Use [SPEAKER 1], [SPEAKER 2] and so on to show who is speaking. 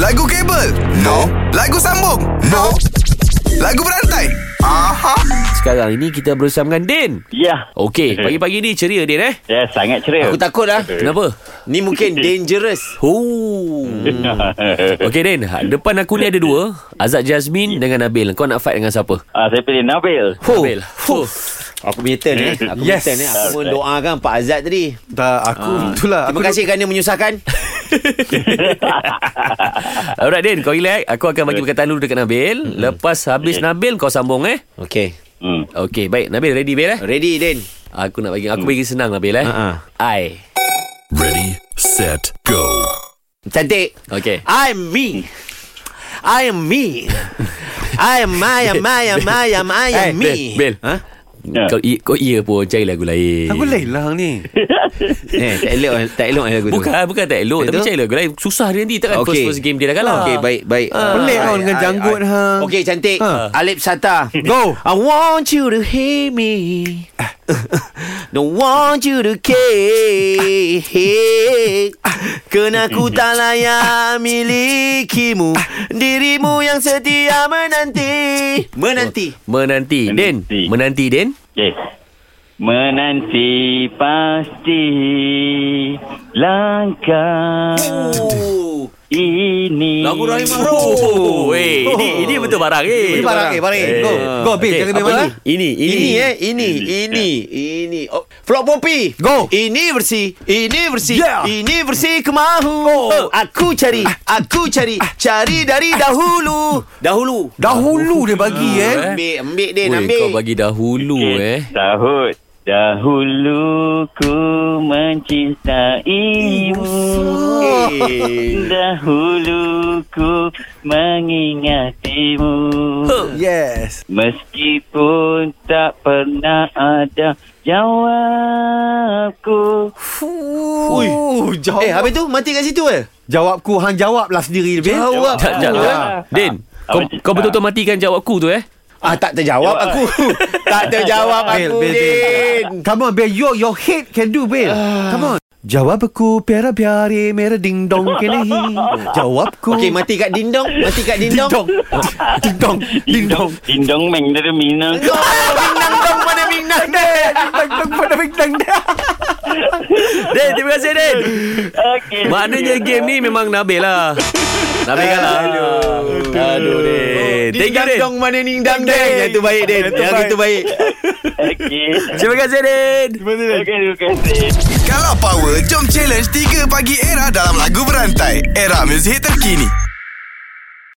[SPEAKER 1] Lagu kabel? No. Lagu sambung? No. Lagu berantai? Aha.
[SPEAKER 2] Sekarang ini kita bersama dengan Din
[SPEAKER 3] Ya.
[SPEAKER 2] Okey, pagi-pagi ni ceria Din eh
[SPEAKER 3] Ya, sangat ceria.
[SPEAKER 4] Aku takut lah
[SPEAKER 2] Kenapa?
[SPEAKER 4] Ni mungkin dangerous
[SPEAKER 2] Oh. Okey Din, ha, depan aku ni ada dua Azad Jasmine dengan Nabil Kau nak fight dengan siapa?
[SPEAKER 3] Ah, saya pilih Nabil.
[SPEAKER 4] Fuh.
[SPEAKER 2] Nabil Fuh.
[SPEAKER 4] lah. Ha. Aku punya turn eh Aku
[SPEAKER 1] Yes.
[SPEAKER 4] yes. punya turn eh Aku mendoakan Pak Azad tadi
[SPEAKER 1] Dah aku
[SPEAKER 4] Ah.
[SPEAKER 1] itulah.
[SPEAKER 4] Terima
[SPEAKER 1] aku
[SPEAKER 4] kasih kerana menyusahkan
[SPEAKER 2] Alright Din, kau relax Aku akan bagi perkataan dulu dekat Nabil Lepas habis Nabil kau sambung eh
[SPEAKER 4] Okay
[SPEAKER 3] Hmm.
[SPEAKER 2] Okey, baik Nabil ready Bil eh
[SPEAKER 4] Ready Din
[SPEAKER 2] Aku nak bagi aku bagi senang Nabil eh
[SPEAKER 4] Ha-ha.
[SPEAKER 2] I
[SPEAKER 5] Ready, set, go.
[SPEAKER 4] Cantik
[SPEAKER 2] Okey
[SPEAKER 4] I'm me I am me I am I am I am I am I am
[SPEAKER 2] Bil,
[SPEAKER 4] me
[SPEAKER 2] Bil.
[SPEAKER 4] Ha?
[SPEAKER 3] Ya.
[SPEAKER 2] Kau, i- kau iya pun cari lagu lain
[SPEAKER 1] Aku lain lah ni.
[SPEAKER 4] Eh, tak elok tak elok lagu Eh, tu
[SPEAKER 2] Bukan, bukan tak elok Tapi
[SPEAKER 4] Betul?
[SPEAKER 2] cari lagu lain Susah dia nanti Takkan
[SPEAKER 4] Okey.
[SPEAKER 2] first-first game dia dah kalah
[SPEAKER 4] Okey, baik, baik.
[SPEAKER 2] Ah.
[SPEAKER 1] Pelik
[SPEAKER 4] Ah,
[SPEAKER 1] kau dengan
[SPEAKER 4] I-
[SPEAKER 1] janggut, ha.
[SPEAKER 4] I-
[SPEAKER 1] hang.
[SPEAKER 4] Okey, cantik.
[SPEAKER 1] Ah.
[SPEAKER 4] Alip Sata.
[SPEAKER 1] Go.
[SPEAKER 4] I want you to hear me. Don't want you to care. Kerana ku Kan tak layak milikimu. Dirimu yang setia menanti. Menanti.
[SPEAKER 2] Menanti Din
[SPEAKER 3] Menanti.
[SPEAKER 2] Menanti Din
[SPEAKER 3] Yes. Menanti pasti langkah
[SPEAKER 4] Oh.
[SPEAKER 3] ini.
[SPEAKER 2] Lagu Rahim Oh, eh, ini ini betul barang eh.
[SPEAKER 4] Ini barang, eh, barang, eh. Go.
[SPEAKER 1] Go, Bil, jangan main main.
[SPEAKER 2] Ini, ini.
[SPEAKER 4] Ini eh Ini Ini Ini oh, Flop
[SPEAKER 1] eh.
[SPEAKER 4] Poppy
[SPEAKER 1] Go.
[SPEAKER 4] Ini versi Ini versi
[SPEAKER 1] Yeah.
[SPEAKER 4] Ini versi kemahu oh, Aku cari Aku cari Cari dari dahulu Dahulu
[SPEAKER 1] Dahulu dia bagi
[SPEAKER 4] Ah,
[SPEAKER 1] eh.
[SPEAKER 4] Ambil Ambil dia
[SPEAKER 2] Weh,
[SPEAKER 4] Ambil
[SPEAKER 2] kau bagi dahulu eh.
[SPEAKER 3] Sahut. Dahulu ku mencintaimu
[SPEAKER 4] Eh.
[SPEAKER 3] Dahulu ku mengingatimu
[SPEAKER 1] Yes.
[SPEAKER 3] Meskipun tak pernah ada jawabku
[SPEAKER 1] Ui. Jawab.
[SPEAKER 4] Eh habis tu Mati kat situ eh
[SPEAKER 1] Jawabku hang jawablah sendiri Bil.
[SPEAKER 4] Jawab.
[SPEAKER 2] Jap, jap. eh.
[SPEAKER 4] Ah.
[SPEAKER 2] Din, kau
[SPEAKER 3] Apa-
[SPEAKER 2] kau betul-betul matikan jawabku tu eh.
[SPEAKER 4] Ah tak terjawab
[SPEAKER 3] Jawab.
[SPEAKER 4] aku Tak terjawab
[SPEAKER 1] Bil,
[SPEAKER 4] aku
[SPEAKER 1] Bil,
[SPEAKER 4] Din
[SPEAKER 1] Bil. Come on, Bil. Your, your head can do, Bil.
[SPEAKER 4] Ah.
[SPEAKER 1] Come on. Jawabku piara piari mera ding dong kelehi. Jawabku.
[SPEAKER 4] Okey mati kat dindong Mati kat
[SPEAKER 1] ding
[SPEAKER 4] dindong
[SPEAKER 1] dong. ding dong. Ding dong.
[SPEAKER 3] Dindong meng dari minang
[SPEAKER 4] Minang dong mana minang
[SPEAKER 2] Din, terima kasih Din.
[SPEAKER 3] okay.
[SPEAKER 2] Maknanya game ni memang Nabil lah. Nabil kalah. Aduh. Aduh Din. Eh, Thank you
[SPEAKER 4] Dindang
[SPEAKER 2] Din.
[SPEAKER 4] dong mana nindang deng Oh, Yang tu baik Din Yang itu baik
[SPEAKER 3] Okay
[SPEAKER 2] Terima kasih Din.
[SPEAKER 3] Okay terima kasih
[SPEAKER 1] Kalau power, jom challenge 3 pagi era dalam lagu berantai. Era muzik terkini.